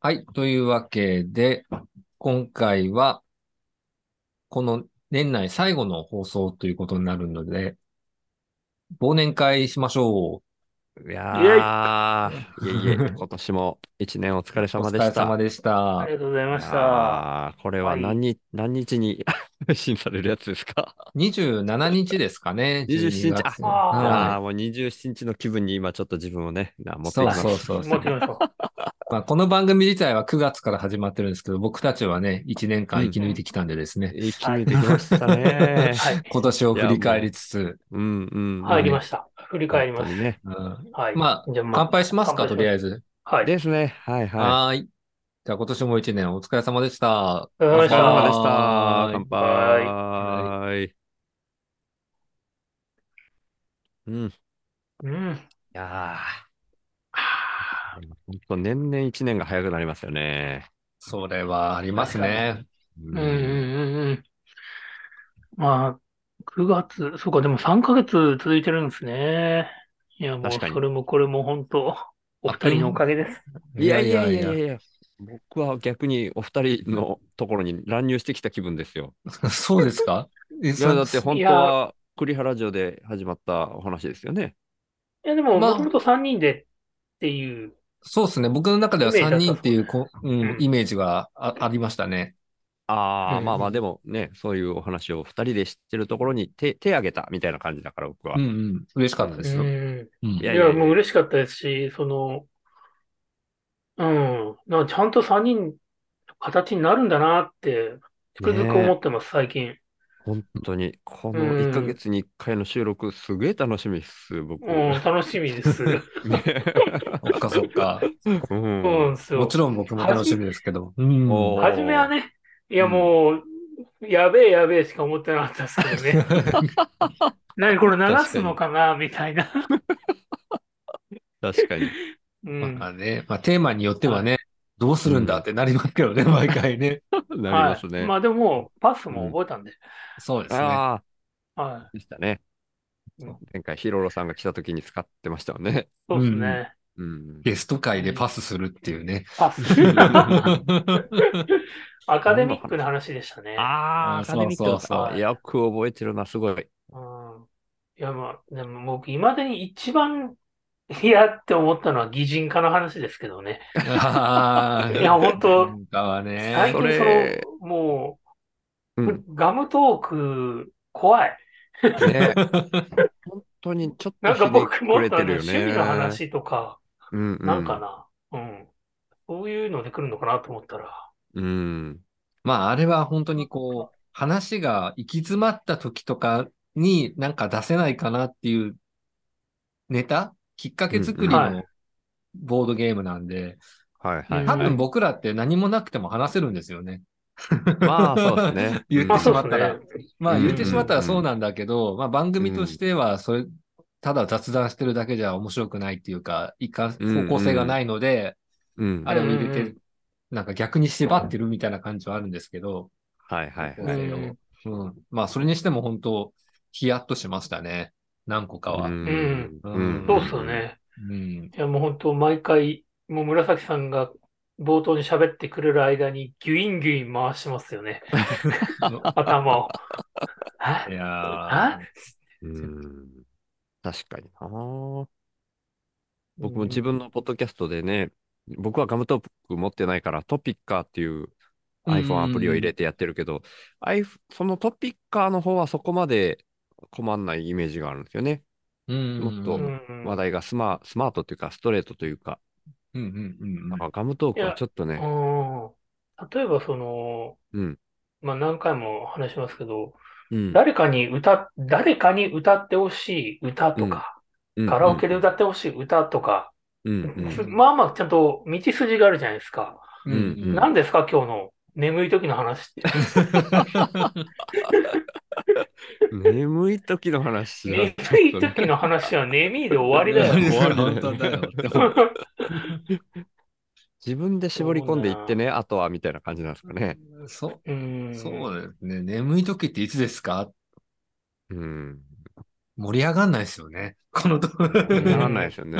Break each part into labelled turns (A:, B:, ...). A: はい。というわけで、今回は、この年内最後の放送ということになるので、忘年会しましょ
B: いやー、いえいえ、今年も一年お疲れ
A: う。お
B: 様
A: 疲
B: で
A: れ
B: した。
A: 様でした。
C: ありがとうございました。
B: あーこれは何日、何日に 配信されるやつですか
A: 27日ですかね。
B: 27日
A: 12月
C: あ
B: あ
C: はい
B: ーもう27日の気分に今ちょっと自分をね、な持ってい
A: そう
B: きます。
A: そうそうそ
C: も
A: う
C: ちろんそう。
A: まあ。この番組自体は9月から始まってるんですけど、僕たちはね、1年間生き抜いてきたんでですね、
B: 生き抜いてきましたね。
C: はい。
A: 今年を振り返りつつ、
B: うんうん。
C: 入りました。振り返りま
B: 本当
C: す。
B: にね。
A: うん
C: はい。
A: ま
C: じゃあ、
A: 乾杯しますか、と
C: 乾杯します
A: りあえず。
C: はい。
B: ですね。はいは
A: はーい。じゃあ今年も1年お疲れ様でした。
C: お疲
B: い。
C: れ様でした
B: お疲れ様でした。乾
C: 乾
B: 杯。うん。い
C: うん。
B: やー。本当年々一年が早くなりますよね。
A: それはありますね。
B: う
C: うんうんうんうん。まあ、9月、そうか、でも3ヶ月続いてるんですね。いや、もう、
B: 確かに
C: それもこれも本当、お二人のおかげです。
B: いやいやいやいやいや。僕は逆にお二人のところに乱入してきた気分ですよ。
A: や。そうですかい
B: いや、だって本当は栗原城で始まったお話ですよね。
C: いや、でも、
A: まあ
C: もともと3人でっていう、
A: そうですね。僕の中では
C: イメージ
A: 3
C: だっ
A: 人っ
C: た
A: ていうこ、うん
C: う、ん
A: イメージがあありましたね。
B: ああ、
C: うん
B: まあまあ、でもね、そういうお話を二人で知ってるところに手、手挙げたみたいな感じだから、僕は。
A: うんうん。嬉しかった
C: う
A: ですよ。
C: ん。
A: うん
B: い
C: い
B: や
C: や、もう嬉しかったですし、その、うん、なんかちゃんと3人、形になるんだなって、つくづく思ってます、最近。
B: 本当に、この
C: うん
B: 1ヶ月に1回の収録、すげえ楽しみっす、僕。
C: うん、楽しみで す。
B: ね
A: そっかそっか。
B: う
C: そ
B: ん
C: うなんですよ。
A: もちろん僕も楽しみですけど。うん。
B: おー
C: 初めはね、いやもう、やべえやべえしか思ってなかったですけ どね。何これ流すのかなみたいな。
B: 確かに。
C: う ん。
A: まあね、まあテーマによってはね、どうするんだってなりますけどね、毎回ね。
B: なり
C: は
B: ますね。
C: い。まあでももう、パスも覚えたんで。
A: そうですね。
B: ああ、
C: は
B: でしたね。
C: うん
B: 前回、ヒロロさんが来た時に使ってましたよね。
C: い。そうですね。
B: うん。
A: ゲスト会でパスするっていう ね。
C: パス。 アカデミックな話でしたね。
B: ああ、アカデミックだった
A: そう
C: そうそう
B: よく覚えてるな、すごい。
C: うんいや、まあ、でも僕、いまだに一番嫌って思ったのは擬人化の話ですけどね。
A: あ
C: い
A: ー
C: や、本当
A: なんかはね。
C: 最近
B: そ
C: そ
B: れ
C: の、も
B: う
C: う、
B: ん。
C: ガムトーク、怖い。
B: ね本当にちょっと
C: なんか
B: ひね
C: 僕も
B: く
C: っ
B: れ
C: と
B: て
C: あの
B: るよ
C: 趣味
B: ね。
C: の話とか、
B: うんうん
C: なんかな。うん。そういうので来るのかなと思ったら。
B: うん。
A: まあ、あれは本当にこう、話が行き詰まった時とかになんか出せないかなっていうネタきっかけ作り
C: うんうんは
A: のボードゲームなんで、
B: はいはい。
A: 多分僕らって何もなくても話せるんですよね。
B: まあそうですね
A: 言って
B: ま
C: あ、
A: し
C: そう
A: ま
C: で
A: った
C: す
A: ら。
C: ね。
A: まあ
B: うん
A: 言ってしまったらそうなんだけど、まあ番組としてはそれ、ただ雑談してるだけじゃ面白くないっていうか、一貫
B: うんうん
A: 方向性がないので、
B: うん。
A: あれを入れ
C: うんう
A: て
C: ん、
A: なんか逆に縛ってるみたいな感じはあるんですけど、
B: はいはい
A: 構
B: はい。
A: 成をうん。まあ、それにしても本当、ヒヤッとしましたね。何個かは。うん。
B: ん
A: うん
C: そうっすよね。
A: うん。
C: いや、もう本当、毎回、もう紫さんが冒頭に喋ってくれる間に、ギュインギュイン回してますよね。頭を。あ
A: い
C: あ
A: や
B: うん確かにな。僕も自分のポッドキャストでね、僕はガムトーク持ってないからトピッカーっていう
A: うん
B: iPhone アプリを入れてやってるけど、iPhone そのトピッカーの方はそこまで困んないイメージがあるんですよね。
A: ーうん。
B: もっと
A: うん
C: うん
B: 話題がスマ、スマートというかストレートというか、
A: うんうん
B: なんかガムトークはちょっとね、
C: うん例えば、その、
B: うん
C: まあ、何回も話しますけど、
B: うん
C: 誰かに歌、誰かに歌ってほしい歌とか、
B: うん
C: カラオケで歌ってほしい歌とか、
B: うんうん
A: うん
C: まあまあちゃんと道筋があるじゃないですか。
A: うん。うんうん。
C: 何ですか、今日の眠い時の話って。
B: 眠い時の話は
C: 眠
B: ち
C: い
B: ょっとね
C: 時の話は眠いで終わりだよ。
B: 終わりだよ
A: 本当だよ。
B: 自分で絞り込んでいってね、あとはみたいな感じなんですか ね。
A: そうう、
C: ん。
A: そうですね。眠い時っていつですか
B: うん。
A: 盛り上がんないですよね。このと。
B: ならないですよね。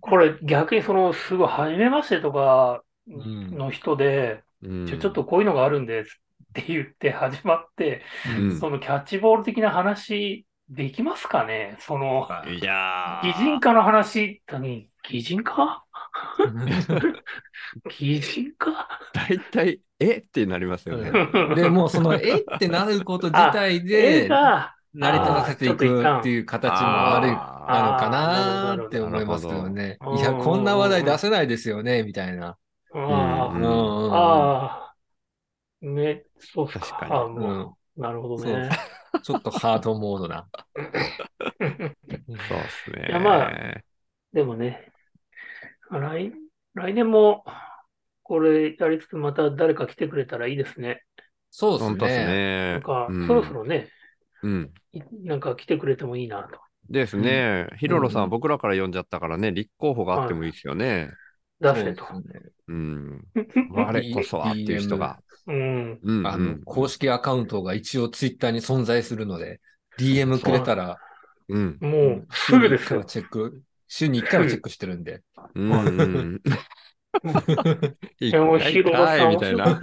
C: これ逆にその、すごい、初めましてとか、
A: ん
C: の人で、ちょ、ちょっとこういうのがあるんですって言って始まって、
B: うん
C: そのキャッチボール的な話できますかねその、
B: いやー
C: 擬人化の話、何擬人化擬人化
B: 大体、えってなりますよね。
A: で、もうその、えってなること自体
C: 映
A: で、慣
C: 画、
A: れてさせていくっていう形もある
B: あ
A: なのかなーって思いますけどね。
C: あー
A: いや、こんな話題出せないですよね、みたいな。
C: あ
A: う
B: うん
A: う
B: ん
C: あ、
A: んうん
C: ああ、ね、そうっす
B: 確かに
C: ああ
A: う
C: も
A: ん
C: う、なるほど
A: そう
C: ね。
A: ちょっとハードモードな。
B: ーそうですね。
C: いやまあ でもね、来、来年も、これやりつつまた誰か来てくれたらいいですね。
A: そうです
B: 本当です
A: ね。
B: ね。
C: なんか、
B: うん
C: そろそろね、
B: うん。
C: いなんか来てくれてもいいなと。
B: ですね。ヒロロさ
A: うん
B: ん、僕らから呼んじゃったからね、立候補があってもいいですよね。
C: 出せと。
A: そうですね
B: うん。
A: ん
B: 我こそはっていう人が。
C: うん。
B: うん
A: あ
B: う
A: の
B: ん、
A: 公式アカウントが一応ツイッターに存在するので、DM くれたら、
B: うん。
C: もう、すぐです
A: 週に一回は
C: よ。
A: チェック、週に1回はチェックしてるんで。
B: うんうん。 い
C: やもうヒロロさん
B: みたいな。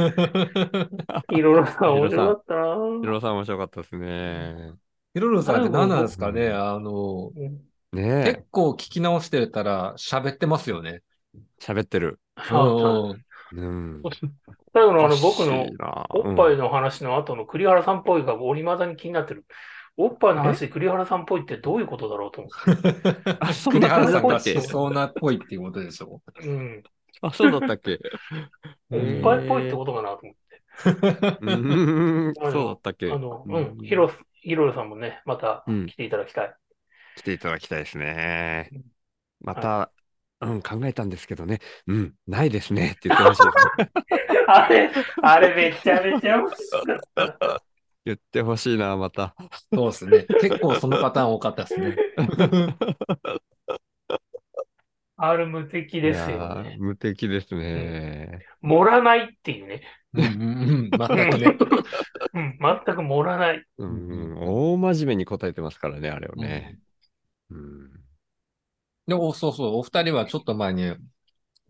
B: ヒ
C: いろいろさ、面白かったな。
B: ロロさん面白かったですね。
A: ヒロロさんって何なんですかね
B: うん
A: あの、
C: うん
B: ねえ
A: 結。構聞き直してたら喋ってますよね。
B: 喋ってる。
C: あ
A: うん
B: うん。
C: 最後のあの、
B: おかし
C: 僕
B: い
C: の
B: な
C: おっぱいの話の後の栗原さんっぽいが、俺未だに気になってる。おっぱいの話で栗原さんっぽいってどういうことだろうと思
B: あ、そん
A: 栗
B: な
A: 原
B: 話
A: さ
B: だ
A: んが
B: っ
A: し
B: け
A: そうなっぽいっていうことでしょ。
C: って。うん。
B: あ、そうだったっけ
C: お
A: う
C: っ
A: ん
C: ぱいっぽいってことかなと思って。
B: うーん
C: あ の
B: そうだったっけ
C: あの、うん。ヒ
B: 広
C: ロ、ヒロさんもね、また
B: うん
C: 来ていただきたい。
B: 来ていただきたいですね
C: うん。
B: また、うん、考えたんですけどね、うん、ないですねって言ってま した。
C: あれ、あれめちゃめちゃ面白かった。
B: 言ってほしいな、また。
A: そうですね。結構そのパターン多かったです ね。
C: ある無敵です
B: いや
C: よ
B: ー
C: ね。
B: 無敵ですね。
C: 盛らないっていうね。
A: うんうんうん、全くね。
C: うん、全く盛らない。
B: うん、大真面目に答えてますからね、あれをね。うん。
A: で、お、そうそう、お二人はちょっと前に、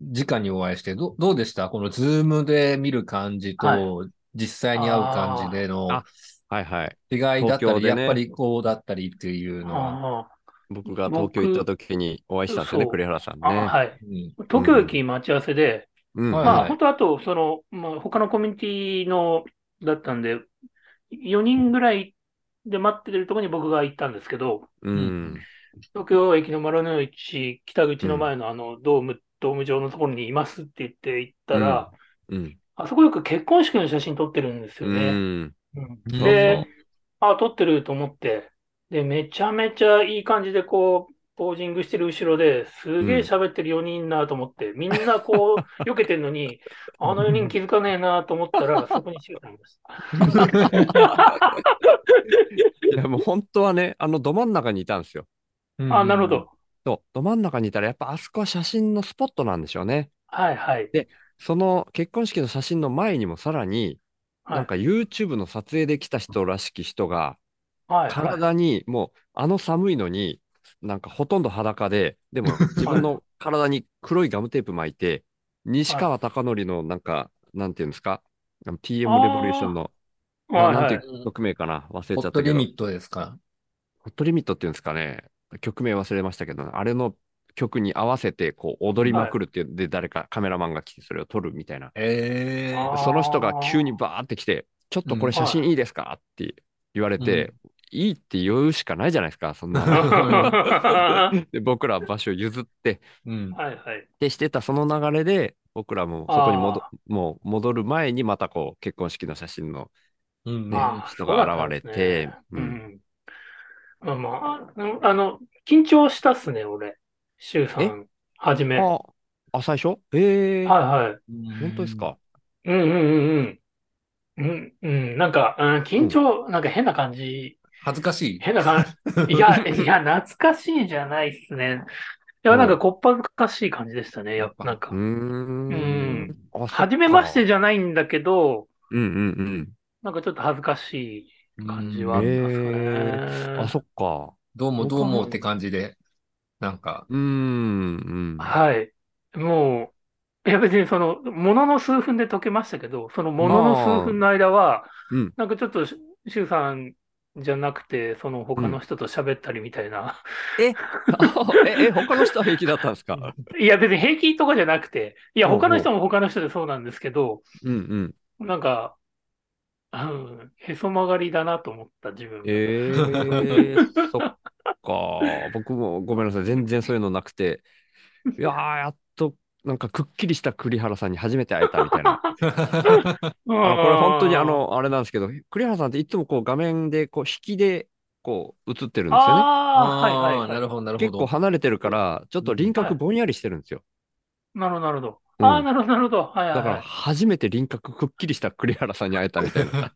A: 直にお会いして、どどうでしたこのズームで見る感じと、
C: は
A: 実際に会う感じでの
B: あはいはい。
A: 違いだった
B: 東京
A: り、
B: で
A: や
B: ね
A: っぱりこうだったりっていうのは。
C: あ
B: 僕が東京行った時にお会いしたんですよね、
C: 僕
B: 栗原さん
C: あ、あ
B: ね。
C: はい。
A: うん
C: 東京駅待ち合わせで、
B: うん
A: はい
C: ま
A: は
C: あ、
A: い
C: 本当あと、その、まあ、他のコミュニティの、だったんで、4人ぐらいで待ってるところに僕が行ったんですけど、
B: うん。
C: 東京駅の丸の内、北口の前のあの、ドーム、ドーム上のところにいますって言って行ったら、
B: うん。
C: あそこよく結婚式の写真撮ってるんです
B: う
C: よね。
B: ん。
C: うん
A: そうそう
C: で、あ、撮ってると思って、で、めちゃめちゃいい感じでこう、ポージングしてる後ろですげえ喋ってる4人いんなと思って、みんなこう、 避けてんのに、あの4人気づかねえなと思ったら、そこにシュートありました。
B: いや、もう本当はね、あの、ど真ん中にいたんですよ。
C: あ、なるほ。ど。
B: そう、ど真ん中にいたら、やっぱあそこは写真のスポットなんでしょうね。
C: はいはい。
B: その結婚式の写真の前にもさらに、
C: はい
B: なんか YouTube の撮影で来た人らしき人が、
C: はいはい。
B: 体にもうあの寒いのに、なんかほとんど裸で、で も自分の体に黒いガムテープ巻いて、西川貴教のなんか、なんていうんですか、あの TM レボリューションの、な
C: はい
B: なん
C: は
B: て
C: い。
B: いう曲名かな、忘れ
A: ホ
B: ち
A: ッ
B: ゃ
A: ト
B: ったけ
A: リ
B: ど、ホ
A: ミットですか
B: ットリミットっていうんですかね、曲名忘れましたけど、あれの曲に合わせてこう踊りまくるっていう、で、誰かカメラマンが来てそれを撮るみたいな。
A: ええ
C: あー
B: その人が急にバーって来て、ちょっとこれ写真いいですかって言われて、いいって言うしかないじゃないですか、そんな。
C: は
B: で、僕ら場所譲って、
A: うん
C: い。はい。
B: で、してたその流れで、僕らもそこに戻
C: あ
B: もう戻る前に、またこう、結婚式の写真の、
A: うん
B: ね
C: ああ
B: 人が現れて
C: そうだったんですねうん。まあまあ、あの、緊張したっすね、俺。シュウさ
B: え
C: ん、はじめ。はい
B: あ、あ、最初ええー、
C: はい。
B: 本当ですか。
C: うんうんうんうん。うん、うん、なんか、うん、緊張、なんか変な感じ、
A: 恥ずかしい。
C: 変な感じ。いや、いや、懐かしいじゃないっすね。いや、なんか、こっぱずかしい感じでしたね。やっぱ、なんか
B: うー、ん。
C: うん
B: あ、そっか
C: 初めまして。じゃないんだけど、
B: うんうん
C: なんかちょっと恥ずかしい感じはあ
A: う
C: り
A: ん
C: ますね。
B: うん。あ、そっか。
A: どうもどうも って感じで、なんか、
B: うーん。うん
C: はい。もいや別にその、ものの数分で解けましたけど、そのものの数分の間は、
B: うん
C: なんかちょっとし、シュウさんじゃなくて、その他の人と喋ったりみたいな。
B: え、え、他の人は平気だったんですか
C: いや別に平気とかじゃなくて、いや
B: ほうほう
C: 他の人も他の人でそうなんですけど、
B: うんうん。
C: なんか、うん、へそ曲がりだなと思った自分が。
B: え ー、そっか。僕もごめんなさい。全然そういうのなくて。いやー、やっと、なんかくっきりした栗原さんに初めて会えたみたい な。
C: うん
B: あのこれ本当にあ、の、あれなんですけど、栗原さんっていつもこう画面でこう引きでこう映ってるんですよね。
C: ああー、はいはい
A: あ
C: は
A: ー
C: い。
A: なるほど、なる
B: 結
A: ほ
B: 構
A: ど。
B: 離れてるから、ちょっと輪
C: は
B: 郭
C: い
B: ぼんやりしてるんですよ。
C: なるほど、なるほど。
B: うん
C: ああ、なるほど、なるほど。はいはい
B: だか
C: は
B: ら
C: い。
B: 初めて輪郭くっきりした栗原さんに会えたみたいな。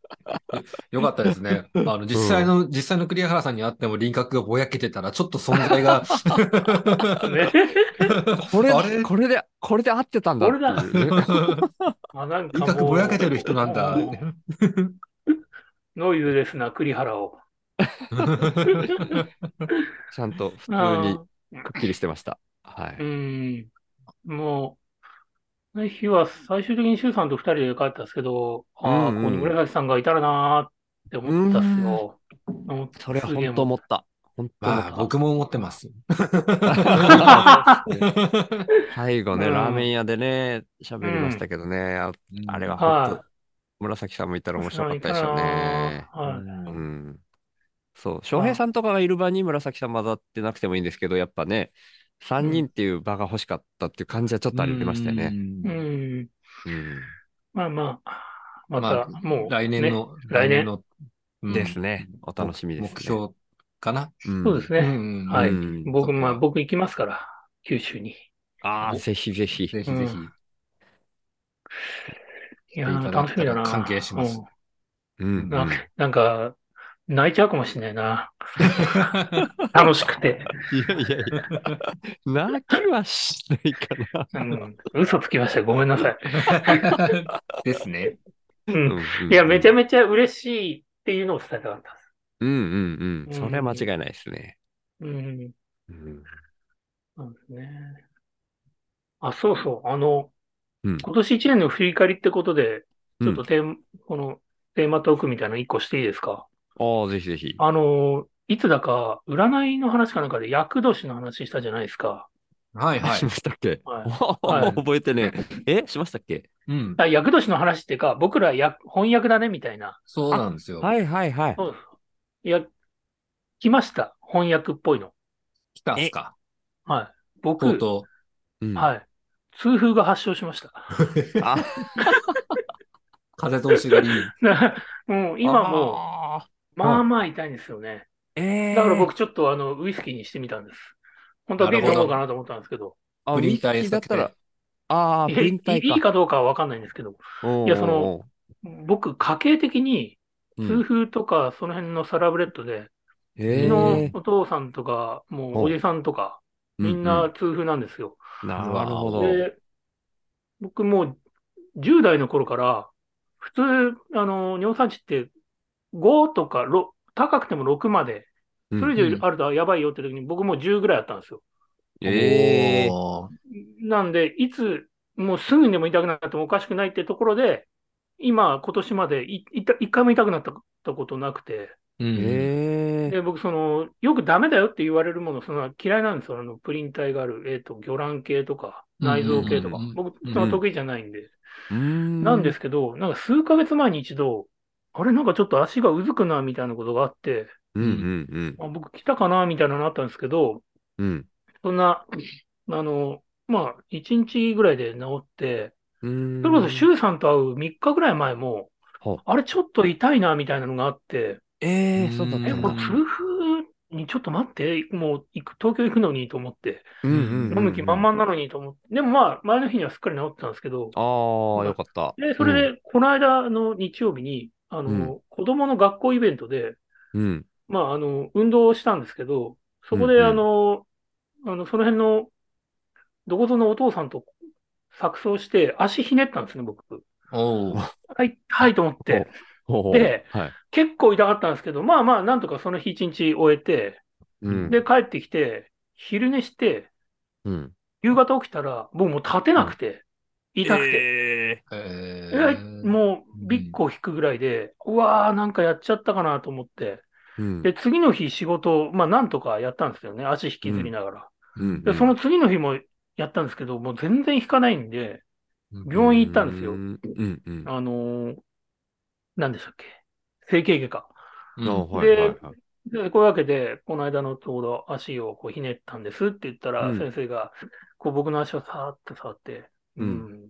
A: よかったですね。あの、実際の、実際の栗原さんに会っても輪郭がぼやけてたら、ちょっと存在 が。
C: ね
B: これ
A: あれ、
B: これで、これで合ってたんだっていうね。
C: あなんか
A: 輪
C: も
A: 郭
C: う
A: ぼやけてる人なんだ。
C: もうノイズですな、栗原を。
B: ちゃんと普通に
C: あ
B: くっきりしてました。は
C: ーう
B: い。
C: ん。もう、その日は最終的に周さんと二人で帰ったんですけど、ああ、
B: うんうん
C: ここに紫さんがいたらなーって思ったっすよ。うん
B: それは
C: すげえ
B: 本 当思った。本当思 っ
A: まあ、
B: た。
A: 僕も思ってます。
B: 最後ね、
C: うん
B: ラーメン屋でね、喋りましたけどね、ああれは本
C: は
B: 当、紫さんもいたら面白かったでしょうね。
C: い。はい。
B: うん。そう、翔平さんとかがいる場に紫さん混ざってなくてもいいんですけど、やっぱね、3人っていう場が欲しかったっていう感じはちょっとありましたよ
A: う
B: ね。
A: ん
C: うん。
B: うん
C: まあまあ、ま
A: まあ
C: た、もう、
A: 来年
C: ね。
A: の、
C: 来年
A: の、うん
B: ですね。お楽しみですね。
A: 目標かな。
B: うん。
C: そうです
A: う
C: ね。
A: ん
C: はい
B: うん
C: 僕、まあ、僕行きますから、九州に。
B: ああ、ぜひぜひ。
A: ぜひぜひ。
C: いや
A: いただけた
C: ー、
A: ら
C: 楽しみだな。
A: 関係します
C: うん
B: うん
C: ななんか、泣いちゃうかもしれないな。楽しくて。
B: いやいやいや、泣きはしないかな。
C: うん、嘘つきました。ごめんなさい。
A: ですね。
C: うん、
B: うん
C: いや、めちゃ
B: めち
C: めちゃ嬉しいっていうのを伝えたかったです。
B: ゃ。うんうんうん。それは間違いないですね。
C: うん、
B: うん
C: そうですね。あ、そうそう。あの、
B: うん
C: 今年一年の振り返りってことで、ちょっ
B: う
C: と
B: ん
C: テーマ、このテーマトークみたいなの一個していいですか
B: ああ、ぜひぜひ。
C: あの、いつだか、占いの話かなんかで、厄年の話したじゃないですか。
A: はいは
B: し
A: い
B: ま。したっけ
C: はい はい
B: 覚えてねえ。え、しましたっけ
A: うん。
C: あ厄年の話っていうか、僕らや翻訳だねみたいな。
A: そうなんですよ。
B: はいはいはい。
C: そういや、来ました。翻訳っぽいの。
A: 来たっすか。
C: はい。僕、
A: とうと
B: うん
C: はい。痛風が発症しました。
A: う。
B: あ
A: 風通しがいい。
C: もう今も、
B: あ
C: まあまあ痛いんですよね。
B: ーえー
C: だから僕ちょっとあの、ウイスキーにしてみたんです。本当はビール飲もうかなと思ったんですけど、
B: あ
A: プリン体
B: ウイスキーだった
A: 避
B: ら、ああ、
C: い
B: プ
C: や
B: リン体
C: いいいかどうかはわかんないんですけど、
B: おー
C: いやその、僕、家計的に、
B: う
C: 痛
B: ん
C: 風とか、その辺のサラブレッドで、うち
B: え
C: の
B: ー
C: お父さんとか、もう
B: ほう
C: おじさんとか、みん
B: う
C: な
B: う
C: 痛風なんですよ。
B: なるほど。
C: で、僕もう10代の頃から、普通、あの、尿酸値って5とか6、高くても6まで、
B: う
C: そ
B: ん
C: れ以上あるとやばいよって時に僕もう10ぐらいあったんですよ。
B: えー
A: おー
C: なんで、いつ、もうすぐにでも痛くなってもおかしくないってところで、今、今年までいいた一回も痛くなったことなくて、
A: うん。
B: えー
C: で、僕、その、よくダメだよって言われるもの、その嫌いなんですよ。あの、プリン体がある、えっと、魚卵系とか、内臓系とか
A: うんうんうん。
C: 僕、
A: うん
C: その得意じゃないんで。
B: うーん
C: なんですけど、なんか数ヶ月前に一度、あれ、なんかちょっと足がうずくな、みたいなことがあって、
B: うんうん
C: あ僕来たかな、みたいなのあったんですけど、
B: うん。うん
C: そんな、あの、まあ、1日ぐらいで治って、
B: うーん
C: それこそ周さんと会う3日ぐらい前も
B: ほう、
C: あれ、ちょっと痛いな、みたいなのがあって、
B: えー、そうだっ
C: え、
B: た
A: うん
C: これ、
B: だ。
C: 痛風にちょっと待って、もう行く、東京行くのにと思って、
B: うんうんうん
C: 飲む気満々なのにと思って、でもまあ、前の日にはすっかり治ってたんですけど、
B: ああ、よかった。
C: で、それで、この間の日曜日に、あの、
B: うん
C: 子供の学校イベントで、
B: うん、うん。
C: まあ、あの、運動をしたんですけど、そこで、
B: うんうん
C: あの、あの、その辺の、どこぞのお父さんと錯綜して、足ひねったんですね、僕。
A: おー
C: はい、はいと思って。
B: ほうほう
C: で
B: はい。
C: 結構痛かったんですけど、まあまあ、なんとかその日一日終えて、
B: うん、
C: で、帰ってきて、昼寝して、
B: うん。
C: 夕方起きたら、僕もう立てなくて、痛くて。
D: え
A: え
C: えもう、ビッグを引くぐらいで、うわー、なんかやっちゃったかなと思って。
B: うん
C: で、次の日仕事、まあ、なんとかやったんですよね。足引きずりながら。
B: うん
C: で、その次の日もやったんですけど、もう全然引かないんで、病院行ったんですよ
B: うんうんうん。
C: あのー、なんでしたっけ整形外科。
A: うん
B: あ
A: うん
B: はいはいはい。
C: で、こういうわけで、この間のちょうど足をこうひねったんですって言ったら、
B: うん
C: 先生が、こう僕の足をさーっと触って、
B: うん
C: うん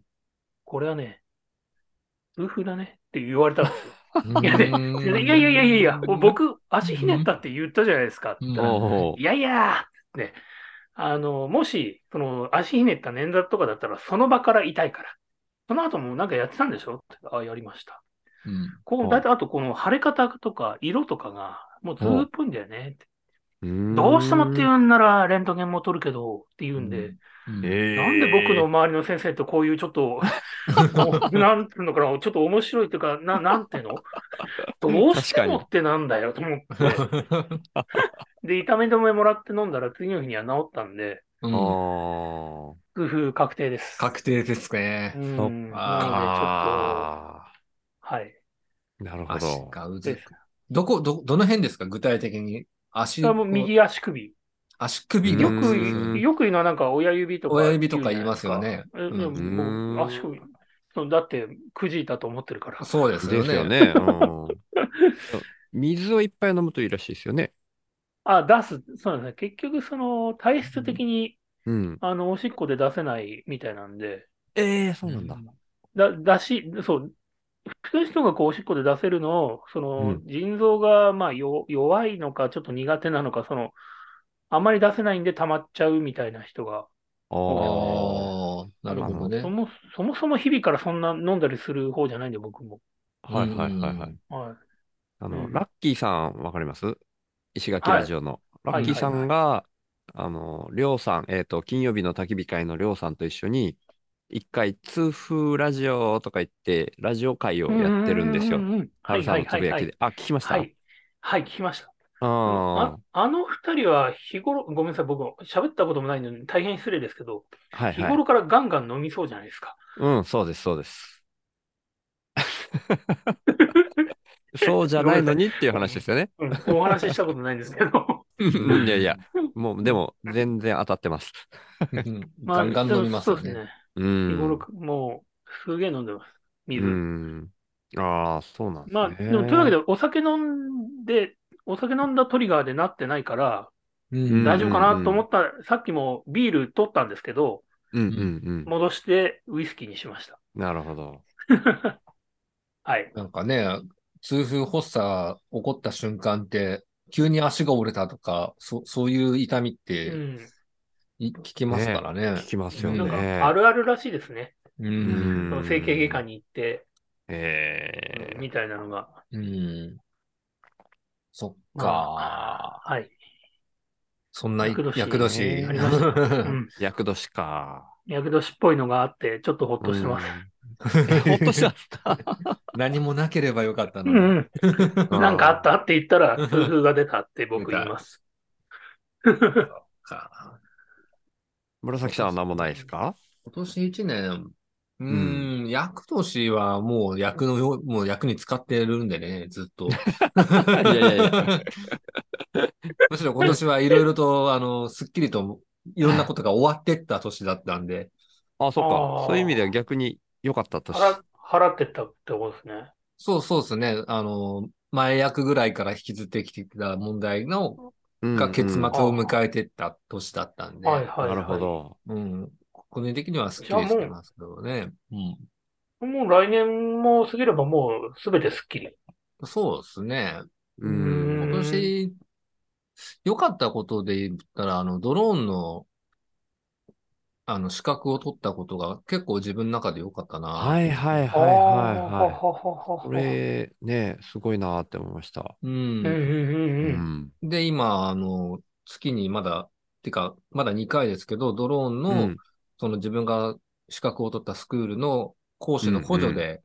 C: これはね、痛風だねって言われたんですよ。いや、
A: うーん
C: でいやいやいやいやいや、僕、足ひねったって言ったじゃないですかって言ったら。
B: おー
C: いやいやーね、あの、もし、その、足ひねった捻挫とかだったら、その場から痛いから。その後もなんかやってたんでしょってあ、やりました。
A: うん
C: こ
B: あ
C: う、だいたいあとこの腫れ方とか、色とかが、もうずーっぽいんだよねって。どうしてもってい
B: ん。
C: うんなら、レントゲンも取るけど、って言うんで、
A: うん
D: え
C: なんで僕の周りの先生とこういうちょ っと、もうなんていうのかな、ちょっと面白いというか、ななんていうのどうしてもってなんだよと思って。 で、痛み止めもらって飲んだら、次の日には治ったんで、
A: うん
B: あ
C: 痛風確定です。
A: 確定ですね。
C: うん
B: そっ
C: なので、ちょっ
D: あ
C: と、はい。
B: あ。なるほ
A: 足
B: ど。
A: か
C: で
A: 腕か。どこ、ど、どの辺ですか具体的に。足
C: それはもう
A: こう
C: 右足首。
A: 足首
B: うん
A: の
C: よ
A: 部
C: く
A: 分
B: うん
C: い、よく言うのはなんか親指とか。
A: 親指とか言いますよね
C: え。でも
A: うん
C: 僕足首。そうだって、くじいたと思ってるから。
A: そうです
B: で
A: よ
B: すよ
A: ね。
B: ね。うん水をいっぱい飲むといいらしいですよね。
C: あ、出す。そうなんですね。結局、その、体質的に、
B: うん。
C: あの、おしっこで出せないみたいなんで、
B: ええ、そうう
A: な
B: なんん
A: だ
B: だ。
C: だ、出し、そう、普通の人がこう、おしっこで出せるのを、その、
B: うん
C: 腎臓が、まあ、よ、弱いのか、ちょっと苦手なのか、その、あまり出せないんで溜まっちゃうみたいな人が、
A: あ
B: ああ。
A: あ、なるほどね
C: そ。もそもそも日々からそんな飲んだりする方じゃないんで、僕も。
B: はいはいはいは
A: う
B: い
A: ん。
C: は
B: あ
C: う
B: の、
C: ん
B: ラッキーさん、わかります石垣ラジオの。ラ
C: はい
B: ッキーさんが、あの、りょうさん、えっと、金曜日の焚き火会のりょうさんと一緒に、一回、痛風ラジオとか言って、ラジオ会を
C: い。
B: やってるんですよ
C: う。うううんは
B: ハ
C: い
B: ルさ
C: は
B: ん
C: い
B: のつ
C: は
B: ぶ
C: い
B: や
C: は
B: き
C: い。
B: で。あ、聞きました。
C: はい。はい、聞きました。
B: あ
C: ああの二人は日頃、ごめんなさい、僕、喋ったこともないのに大変失礼ですけど、
B: あ。はい
C: 日
B: はい。
C: 頃からガンガン飲みそうじゃないですか。
B: うん、そうです、そう です。そうじゃないのにっていう話ですよね。
C: うん、お話ししたことないんですけど。
B: うんいやいや、もう、でも、全然当たってます。
C: まあ
A: ガンガン飲みます
C: そう
A: よ
C: です
A: ね。
C: ね。
B: う
C: 日頃
B: ん。
C: か、もう、すげえ飲んでます。
B: う
C: 水。
B: ん。ああ、そうなんです
C: まあ、で
B: ね。
C: も、というわけで、お酒飲んで、お酒飲んだトリガーでなってないから、
A: うん
C: 大丈夫かなと思ったら、さっきもビール取ったんですけど、
B: うんうんう
C: 戻してウイスキーにしました。
B: ん。なるほど。
C: はい。
A: なんかね、痛風発作起こった瞬間って、急に足が折れたとか、そそういう痛みっ
C: う
A: て
C: ん。
A: い聞きますからね
B: 聞。きますよ
A: うん
C: なん
B: ね
C: か、。あるあるらしいですね。
A: う。
B: うん
C: そ
B: ん
C: の整形外科に行って、
B: ええ
C: みたいなのが。
A: うん。そっか。
C: まあはい。
A: そんな
C: 厄年
A: 厄年。
B: ね
C: ありました。うん。
B: 厄年か。
C: 厄年っぽいのがあって、ちょっとほっとしてます。
B: うんほっとしちゃった。
A: 何もなければよかった
C: う
A: のに。
C: んうん。なんかあったって言ったら、痛風が出たって僕
A: 出た
C: 言います。
A: か
B: 紫さんは何もないです か
A: 今年一年、うーん、役年はもう役のよう、もう役に使ってるんでね、ずっと。い
B: やいやいや
A: むしろ今年はいろいろと、あの、すっきりと、いろんなことが終わってった年だったんで、
B: あ、そっ
C: あー
B: か。そういう意味では逆に良かった年。
C: 払払ってったってことですね。
A: そうそうですね、あの、前役ぐらいから引きずってきてた問題の、
B: うん
A: が結末を
B: うん
A: 迎えてった年だったんで、
C: はいはい。
B: なるほ。ど。
A: うん、個人的にはすっきりしてますけどね。うん
C: もう来年も過ぎればもうすべてスッキリ。
A: そうですね。
B: う。
C: うん
A: 今年、良かったことで言ったら、あの、ドローンの、あの、資格を取ったことが結構自分の中で良かったな。
B: はいはいはい
C: あー
B: はいはい。
C: ほほほほ
B: これね、すごいなーって思いました。
A: う
C: うんうん
A: ん。
B: う
C: うんうん。
B: ん。
A: で、今、あの、月にまだ、てか、まだ2回ですけど、ドローンの、
B: うん
A: その自分が資格を取ったスクールの講師の補助で、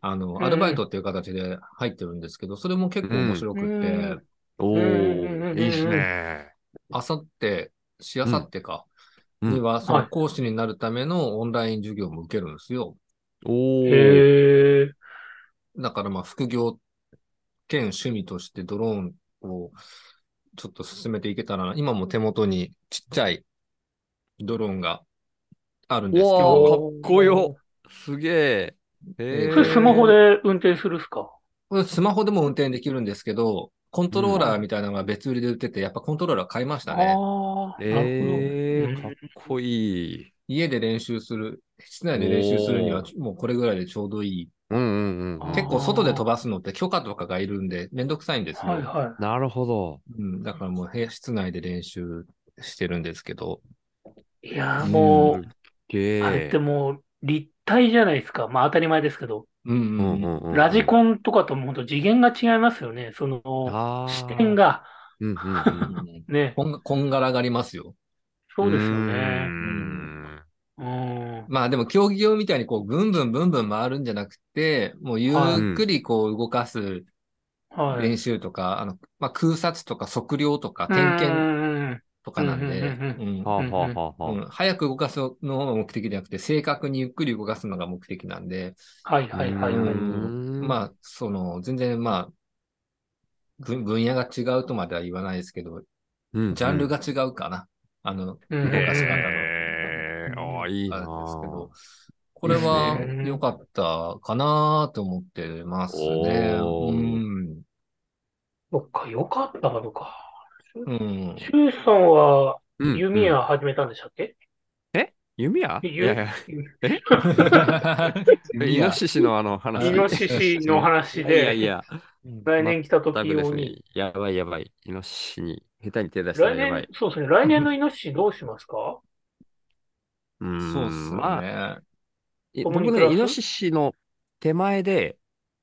A: あ
C: うん
A: の、アルバイトっていう形で入ってるんですけど、それも結構面白くって、
C: うん
B: お
C: うんうんうんうん
B: ー、いいっすね。
A: あさって、しあさってか、
B: うん
A: には、その
C: はい
A: 講師になるためのオンライン授業も受けるんですよ。
B: おー。
C: へえ。
A: だからまあ副業兼趣味としてドローンをちょっと進めていけたらな、今も手元にちっちゃいドローンがあるんですけ
B: わあ、か
A: ど、
B: っこよ。すげえ。へえ
C: それスマホで運転するっすか
A: これスマホでも運転できるんですけど、コントローラーみたいなのが別売りで売ってて、やっぱコントローラー買いました
C: ああ
A: ね。
C: ー、なる
B: え
C: ほど
B: ー、かっこいい。
A: 家で練習する、室内で練習するにはもうこれぐらいでちょうどいい。
B: うんうんうん。
C: あー
A: 結構外で飛ばすのって許可とかがいるんで、めんどくさいんですよ。
C: はいは
B: なるほど。
A: うん、だからもう部屋、室内で練習してるんですけど、
C: い。いやー、も
B: すっげ
C: う、
B: え。
C: あれってもう、立体じゃないですか。まあ当たり前ですけど、
A: うんう
B: う
A: んん
B: う
A: うんん
B: うんうん
C: ラジコンとかとも本当次元が違いますよね。その、
B: あー
C: 視点。が、
B: うんうんうん。
C: ね、
A: こんこんがらがりますよ。
C: そうですよ
B: うー
C: ね。
B: ん
C: うん。
A: まあでも競技用みたいにこう、ぶんぶんぶんぶん回るんじゃなくて、もうゆっくりこう動かす
C: はい。
A: 練習とか、あの、まあ空撮とか測量とか
C: うん
A: 点
C: う
A: 検
C: んうん
A: とかなんで、
C: うん
A: うん
B: はあはあはあ
A: う
B: は
A: ん早く動かすのが目的じゃなくて、正確にゆっくり動かすのが目的なんで、
C: はい
B: あ。
C: はいはいうはい。
A: んまあ、その、全然まあ、分分野が違うとまでは言わないですけど、
B: あ
A: ジャンル
B: が
A: が違うかな。あの、
C: うん
A: 動かし方の。
B: えー、ああ、いいな
A: あれですけ
B: ー
A: ど、これは
C: ですね
A: 良かったかなと思ってますね。
B: お
A: う
B: ー
A: ん。
C: そっか、よかったのか。
A: うん。
C: シュウさんは
B: うん
C: 弓
B: うん
C: 矢始めたんでしたっけ
B: 弓矢い
C: 弓
B: やいや、えイノシシのあの話。
C: イノシシの話
B: いやい
C: で、
B: や、
C: 来年来た時
B: だいぶです
C: 用
B: ね
C: に。。
B: やばいやばい。イノシシに下手に手出したら
C: 来
B: やばい
C: 年。、そうですね、来年のイノシシどうしますか
B: うーん
A: そうっす
B: ま
A: よ
B: あ、
A: ね。
B: い
C: 共に
B: 僕
C: 暮ら
B: ね、
C: す
B: イノシシの手前で、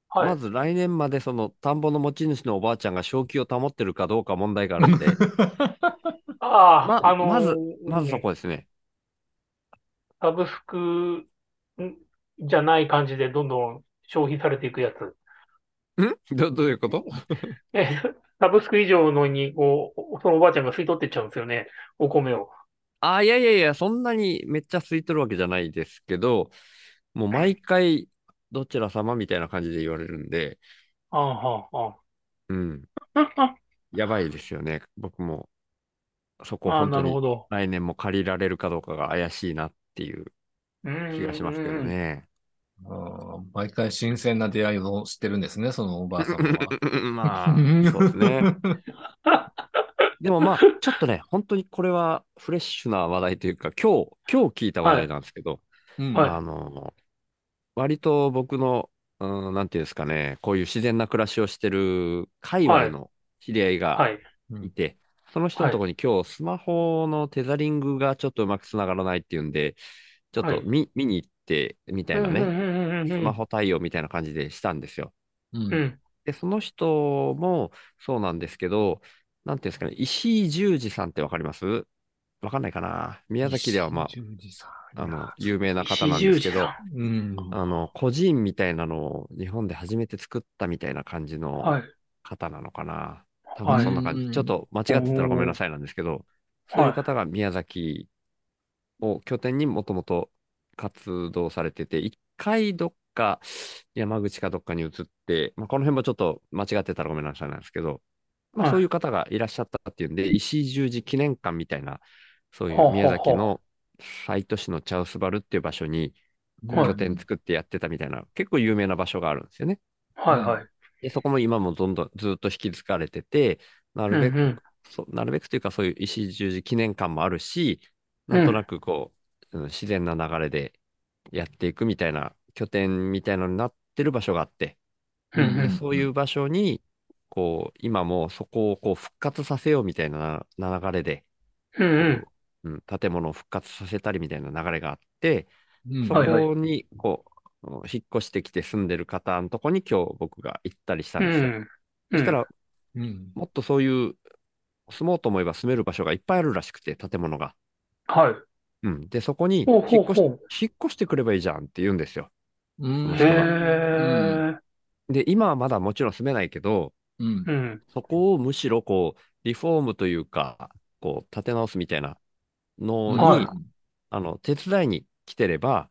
C: はい。
B: まず来年までその田んぼの持ち主のおばあちゃんが正気を保ってるかどうか問題があるんで、
C: あ
B: ま
C: あ、あのー
B: まずまずそこですね。
C: サブスクんじゃない感じでどんどん消費されていくやつ。
B: んどどういうこと
C: え、 サブスク以上のに、こう、そのおばあちゃんが吸い取ってっちゃうんですよね。お米を。
B: あ、いやいやいや、そんなにめっちゃ空いとるわけじゃないですけど、もう毎回どちら様みたいな感じで言われるんで、
C: ああ、はあ、は
B: うん、
C: あ。
B: やばいですよね。僕も、そこ
C: ああ、
B: 本
C: な
B: 当
C: るほ
B: に
C: ど。
B: 来年も借りられるかどうかが怪しいなっていう
C: うーん。
B: 気がしますけどね。
A: あー毎回新鮮な出会いをしてるんですね、そのおばあさんは。
B: まあ、そうですね。でもまあ、ちょっとね、本当にこれはフレッシュな話題というか、今日、今日聞いた話題なんですけど、
A: うん。
C: はい
B: あの、割と僕の、うん、なんていうんですかね、こういう自然な暮らしをしてる界隈の知り合い
C: は
B: が
C: い。
B: いて、その人のところに今日スマホのテザリングがちょっとうまくつながらないっていうんで、ちょっ
C: は
B: と
C: い
B: 見,、見に行ってみたいな
C: うん
B: ね、
C: うんうんうんう
B: ス
C: ん
B: マホ対応みたいな感じでしたんですよ。
A: うん
C: うん。
B: で、その人もそうなんですけど、なんていうんですかね、石井十二さんってわかりますわかんないかな。宮崎ではま
A: 石井十二さん
B: あ、あの、
A: いや
B: 有名な方なんですけど、
A: うん。
B: あの、個人みたいなのを日本で初めて作ったみたいな感じ
C: は
B: の
C: い。
B: 方なのかな。多
C: は
B: 分
C: い
B: そんな感
A: う
B: じ。
A: ん
B: ちょっと間違ってたらごめんなさいなんですけど、そういう方が宮崎を拠点にもともと活動されてて、一回どっか山口かどっかに移って、まあ、この辺もちょっと間違ってたらごめんなさいなんですけど、まあ、
C: はい
B: そういう方がいらっしゃったっていうんで、石井十字記念館みたいな、そうい
C: ほうほ
B: う
C: う
B: 宮崎の西都市の茶臼原っていう場所に、こう拠点作ってやってたみたいな、結構有名な場所があるんですよね。
C: はいはい。
B: で、そこも今もどんどんずっと引き継がれてて、な
C: うん
B: るべく、
C: うん。
B: そうなるべくというかそういう石井十字記念館もあるし、
C: うん
B: なんとなくこう、うん自然な流れでやっていくみたいな拠点みたいのになってる場所があって、
C: うんう
B: で
C: ん。
B: そういう場所に、こう、今もそこをこう復活させようみたいなな流れで、
C: うんうん。
B: うん、建物を復活させたりみたいな流れがあって、
A: うん
B: そ
C: はいはい
B: こに、こう、引っ越してきて住んでる方のとこに今日僕が行ったりしたん
C: う
B: ですよ。
C: ん。
B: そしたら、
A: うん
B: もっとそういう、住もうと思えば住める場所がいっぱいあるらしくて、建物が。
C: はい。
B: うん。で、そこに
C: ほうほ
B: 引
C: う
B: っ越し
C: ほう。
B: 引っ越してくればいいじゃんって言うんですよ。
A: うん
B: へ
C: へ
A: ー
C: え。
B: で、今はまだもちろん住めないけど、
A: うん
C: うん。
B: そこをむしろこう、リフォームというか、こう、建て直すみたいなのに、
C: はい
B: あの、手伝いに来てれば、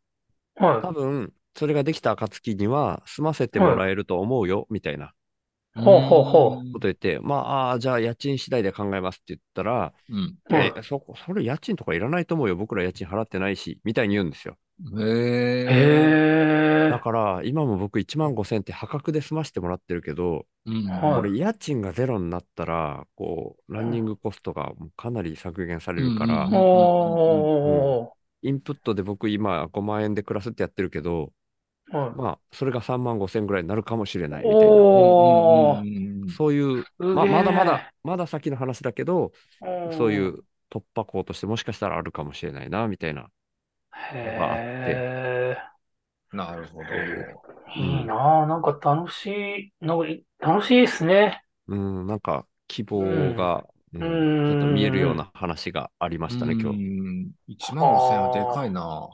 B: 多
C: は
B: 分、それができた暁には済ませてもらえると思うよ、みたいな
C: ほうほうほ
B: こと言って、まあ、あーじゃあ家賃次第で考えますって言ったら、
A: うん。
C: い。はい
B: え、そこ、それ家賃とかいらないと思うよ。僕ら家賃払ってないし、みたいに言うんですよ。
A: へえ。
C: へ
B: だ
C: ー
B: から、今も僕1万5000って破格で済ましてもらってるけど、
A: うん。
C: は
B: こ
C: い
B: れ家賃がゼロになったら、こう、ランニングコストがもうかなり削減されるか
A: う
B: ら
A: んうん、
C: お
B: インプットで僕今5万円で暮らすってやってるけど、
C: ー。はい
B: まあ、それが3万5000ぐらいになるかもしれないみたいな。
C: おー。
B: そういう、
C: すげー
B: まあ、まだまだ、まだ先の話だけど、そうい
C: ん。
B: う突破口としてもしかしたらあるかもしれないな、みたいな。があって
C: へ
A: なるほど。
C: ー。いいなぁ。なんか楽しい、なんかい楽しいですね。
B: うん、なんか希望が、うん
C: うん
B: ちょっと見えるような話がありましたね、今日。
A: 日。1万5000円はでかいな。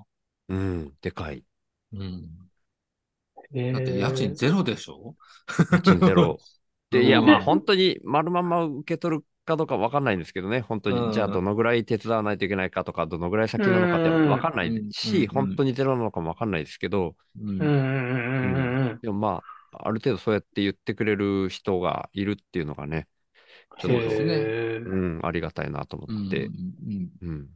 B: うん、でかい。
A: うん。
C: へー
A: だって家賃ゼロでしょ
B: 家賃ゼロ。で、いや、
A: うん
B: まあ本当に丸まんま受け取るかどうかわかんないんですけどね、本当
A: うん
B: に、じゃあどのぐらい手伝わないといけないかとか、どのぐらい先なのかって
C: うん
B: わかんない
A: うんうん
B: し、本当にゼロなのかもわかんないですけど、
A: う。
C: うんうんんうんうんうん。
B: でもまあ、ある程度そうやって言ってくれる人がいるっていうのがね、ちょっ
A: そうで
B: と
A: すね
C: へー
B: うん、ありがたいなと
A: う
B: 思っ
A: ん。
B: て、
A: うん
B: うん。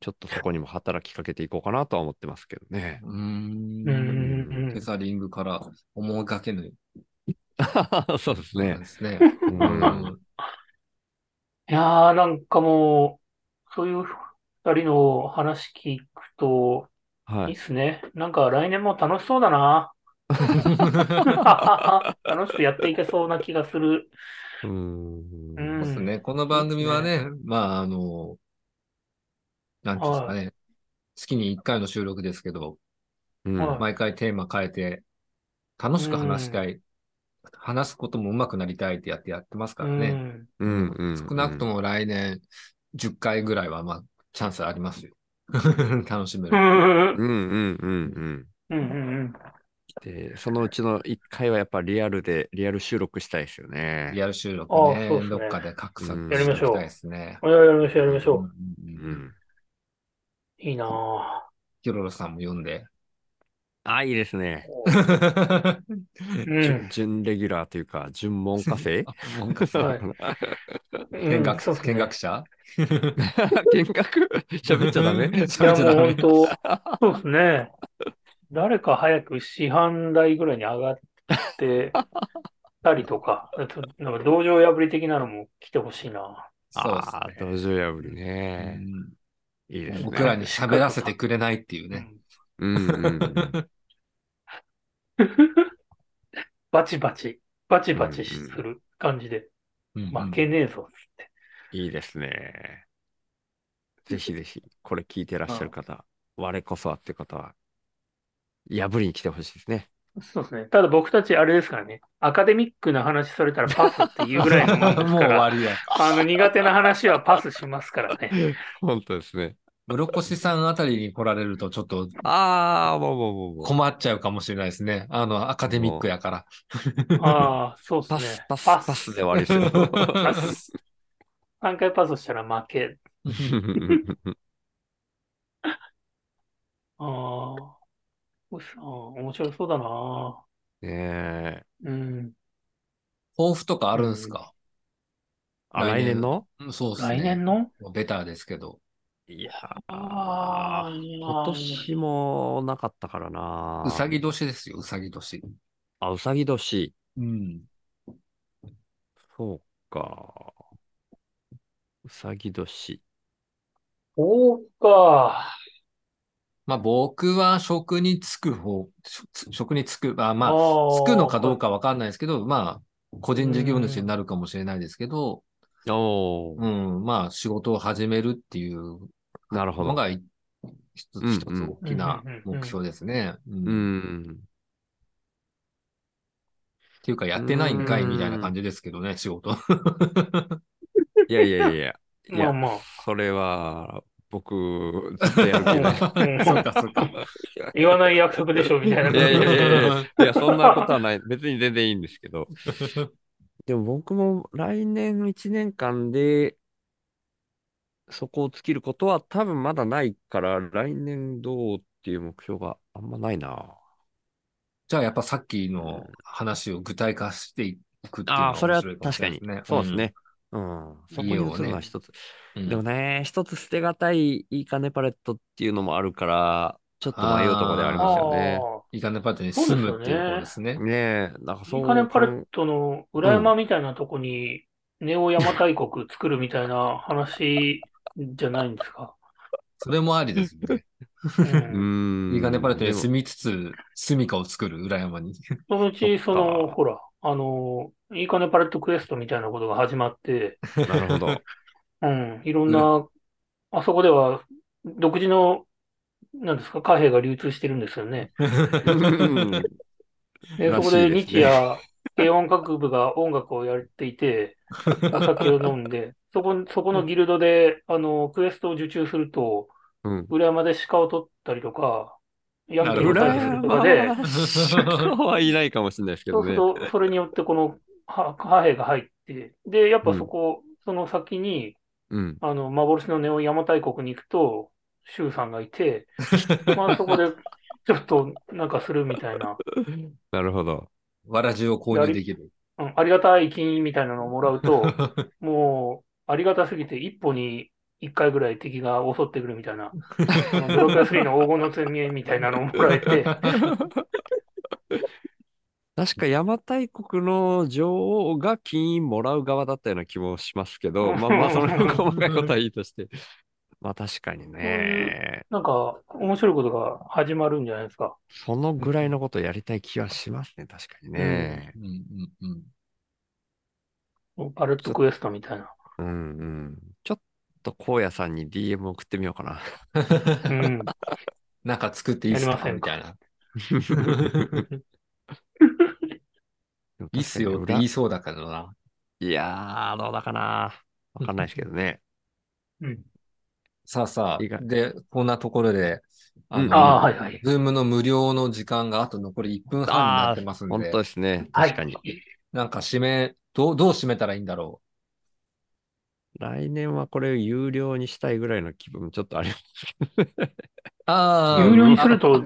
B: ちょっとそこにも働きかけていこうかなとは思ってますけど ね。
A: うん
C: うんうんうん
A: テザリングから思いがけぬ
B: そうです
A: なん
B: ね
A: で。すね。
B: う。
A: うんん
C: いやー、なんかもう、そういう二人の話聞くと、
B: はい
C: い
B: い
C: っ。すね。なんか来年も楽しそう だな。楽しくやっていけそうな気がする。
B: うー。
C: うん
A: そうです
C: ん。
A: ね。この番組はね、まあ、あの、なんていうんですかね、月に1回の収録ですけど、
B: うん
C: はい
A: 毎回テーマ変えて、楽しく話したい、話すことも上手くなりたいってやってやってますから
C: う
A: ね。
C: ん。
B: うんうん。
A: 少なくと
B: も。
A: も来年10回ぐらいは、まあ、チャンスありますよ。 楽しめ
C: う
A: る。
C: んうん
B: うんうんうん
C: う
B: う
C: んうん
B: ん。で、そのうちの一回はやっぱリアルで、リアル収録したいですよね。
A: リアル収録
C: ああ
A: ね、
C: そうです
A: ど
C: ね
A: っかで格差
B: うん
C: やりましょう
A: たいですね。
C: うん。やりましょう、やりましょう。
A: ん
B: うん
A: うん。
B: ん。
C: いいなぁ。
A: キョロロさんも読ん で。
B: あ、いいですね。
C: うん。
B: 準レギュラーというか、準門下 生
A: 文化祭
C: はい
A: 見
C: うん
A: 学
C: そうっすね
A: 見学者
B: 見学喋っちゃダメ
C: いや、
A: 喋っちゃダ
C: もう
A: メ
C: 本 当、そうですね。誰か早く師範代ぐらいに上がってたりとか、あとなんか道場破り的なのも来てほしいな。
A: そう
B: ああ
A: で
B: ー、
A: すね。
B: 道場破り
A: う
B: ね。
A: ん
B: いいですね。
A: 僕らに喋らせてくれないっていう
C: う
A: ね。
C: ん
B: うんうんうん。
C: バチバチ、バチバチする感じで、
A: うん
C: 負けねえぞっつって。
B: いいですね。ぜひぜひ、これ聞いてらっしゃる方、我こそはっていう方は、破りに来てほしいですね。
C: そうですね。ただ僕たちあれですからね、アカデミックな話されたらパスっていうぐらいのもんで す
A: もう
C: か
A: 終
C: ら、
A: わりや。
C: あの苦手な話はパスしますからね。
B: 本当ですね。
A: 室越さんあたりに来られるとちょっと
B: ああ、もうもうもうもう。
A: 困っちゃうかもしれないですね。あの、アカデミックやから。
C: ああ、そうです
B: パ
C: ね
B: ス、。パス、
C: パ
B: パ
C: ス
B: スで終わりで
C: パス。3回パスしたら負け。
B: すよ。
C: ああ、おっさん、面白そうだな。
B: ねえ。
C: うん。
A: 抱負とかあるんすか
B: あ、来年の
A: うんそうっすね。
C: 来年の
A: ベターですけど。
B: いや
C: ああ、
B: ー、
C: いいな
B: 今年もなかったからな。
A: うさぎ年ですよ、うさぎ年。
B: あ、うさぎ年。
A: うん。
B: そうか。うさぎ年。
C: そうか。
A: まあ僕は職に就く方、職職に就く、あまあ、
C: あ
A: つくのか
C: あ
A: どうかわかんないですけど、まあ、個人事業主になるかもしれないですけど、
B: おー、
A: うん、まあ、仕事を始めるっていう
B: なるほ
A: の
B: ど。
A: がい一つ
B: うんうん
A: 一つ大きな目標ですね。うん
B: う
A: っ
B: ん。
A: ていうか、やってないんかいみたいな感じですけどね、仕 事。
B: いやいやいや。い
C: まあ
B: や、
C: まあ
B: それは、僕、ずっとやる気 ない。
C: うん
A: そうか、そうか。
C: 言わない約束でしょ、みたいな。
B: いやいやいやいや、いや、そんなことはない。別に全然いいんですけ ど。でも僕も来年1年間で、そこを尽きることは多分まだないから、来年どうっていう目標があんまないな。
A: じゃあやっぱさっきの話を具体化していくっていうの
B: ああ、
A: は
B: それ
A: 面
B: は
A: 白い
B: 確
A: かもし
B: か
A: れな
B: に
A: いですね。。
B: そうですね。うん。そこに
A: 家を
B: 移るのは
A: ね
B: 一つ。
A: うん。うん
B: でもね、一つ捨てがたいいい金パレットっていうのもあるから、ちょっと迷うところではあり
A: り
C: あ
B: ます
A: ます
B: よね。
A: いいかねパートに住むっていうことですね。
B: ねえ、なんか
C: ー
B: そ。
C: いういかねパレットの裏山みたいなとこに、ネオ山大国作るみたいな話じゃないんですか。
A: それもありですね。
C: う
B: うん ーん。
A: いいかねパレットに
B: で
A: 住
B: も
A: みつつ、住みかを作る、裏山に。
C: そのうち、そ
B: そっ
C: の、
B: か
C: ほら、あの、いいかねパレットクエストみたいなことが始まって、
B: なるほど。
C: うん、いろんな、あそこでは、独自の、なんですか、貨幣が流通してるんですよね。
B: うん
C: で、
B: ら
C: そ
B: しい
C: こ
B: です
C: で
B: ね
C: 日夜、軽音楽部が音楽をやっていて、お酒を飲んで、そこ、そこのギルドで、あの、クエストを受注すると、
B: うん。
C: 裏山で鹿を取ったりとか、ヤンキ
A: なる
C: ーを
A: ほ
C: 取
A: ど
C: ったりするとかで、
B: まあはいないかもしれないですけ
C: そ
B: ど
C: うす
B: ね
C: る。と、それによってこのは貨幣が入って、で、やっぱそこ、その先に、
B: うん。
C: あの、幻のネオン邪馬台国に行くと、周さんがい て、まあそこで、ちょっとなんかするみたいな、
B: なるほど。
A: わらじを購入できる。
C: うん、ありがたい金みたいなのをもらうと、もう、ありがたすぎて一歩に一回ぐらい敵が襲ってくるみたいな、あのドラクエ3の黄金の剣みたいなのをもら えて、
B: 確か邪馬台国の女王が金印もらう側だったような気もしますけ ど、まあまあ、その辺の細かいことはいいとして。まあ確かにね、
C: なんか面白いことが始まるんじゃないですか。
B: そのぐらいのことやりたい気はしますね、確かにね
A: う。んうんうん。
C: パレットクエストみたいな。
B: うんうん。ちょっと荒野さんに DM 送ってみようか な。
C: うん。
A: なんか作っていいっす
C: やりま
A: か
C: せん
A: みたいな。いいっすよって言いそうだけどな。
B: いやー、どうだかな。わかんないですけどね。
C: うん。
A: さあさ
B: いいか
A: あ、で、こんなところで、あ
B: うん
A: の、
C: ああ、はいはい。
A: ズームの無料の時間があと残り1分半になってますん
B: 本
A: で
B: 当、ですね。
C: はい
B: 確かに。
A: なんか締め、どう、どう締めたらいいんだろ
B: 来年はこれを有料にしたいぐらいの気分もちょっとあります
A: う。ああ、
C: 有料にすると、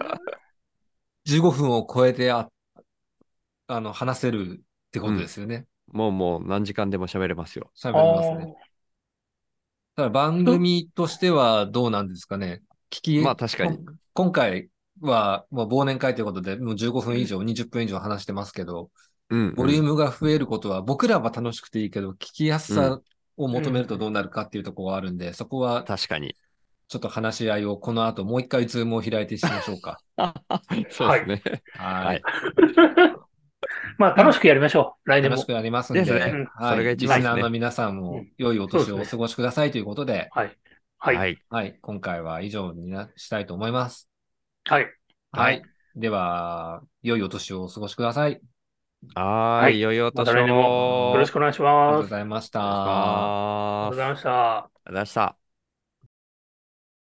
A: 15分を超えてあ、あの、話せるってことですよね。
B: もうもう何時間でも喋れますよ。
A: 喋、
C: あ
A: りますね。ただ番組としてはどうなんですかね。聞き、
B: まあ確かに。
A: 今回は、まあ、忘年会ということで、もう15分以上、20分以上話してますけど、
B: うん
A: ボリュームが増えることは、僕らは楽しくていいけど、聞きやすさを求めるとどうなるかっていうところがあるんで、そこは
B: 確かに。
A: ちょっと話し合いをこの後もう一回ズームを開いてしましょう か。
B: そうですね。
A: は
B: はいい。
C: まあ楽しくやりましょう。来年
A: 楽し
C: も。
A: くやりますんで、
B: ですね
C: うん
A: は
B: それが
A: い。
B: 一
A: リス
B: 番ですね
A: ナーの皆さんも良いお年をお過ごしくださいということで、
C: はい。はい。はい。
B: い。
A: はい。今回は以上になしたいと思います。
B: は
A: はいい。では、良いお年をお過ごしください。あり
B: は
C: は
B: ー
C: い
B: い。よいよと
C: また来年もよろしくお願いし
A: がと
C: ま
A: うご
C: す。あり
A: ざいました。
B: お願いし
C: がとう
B: ま
C: ご
B: す。ありがとうご
C: ざいました。
B: ざいました。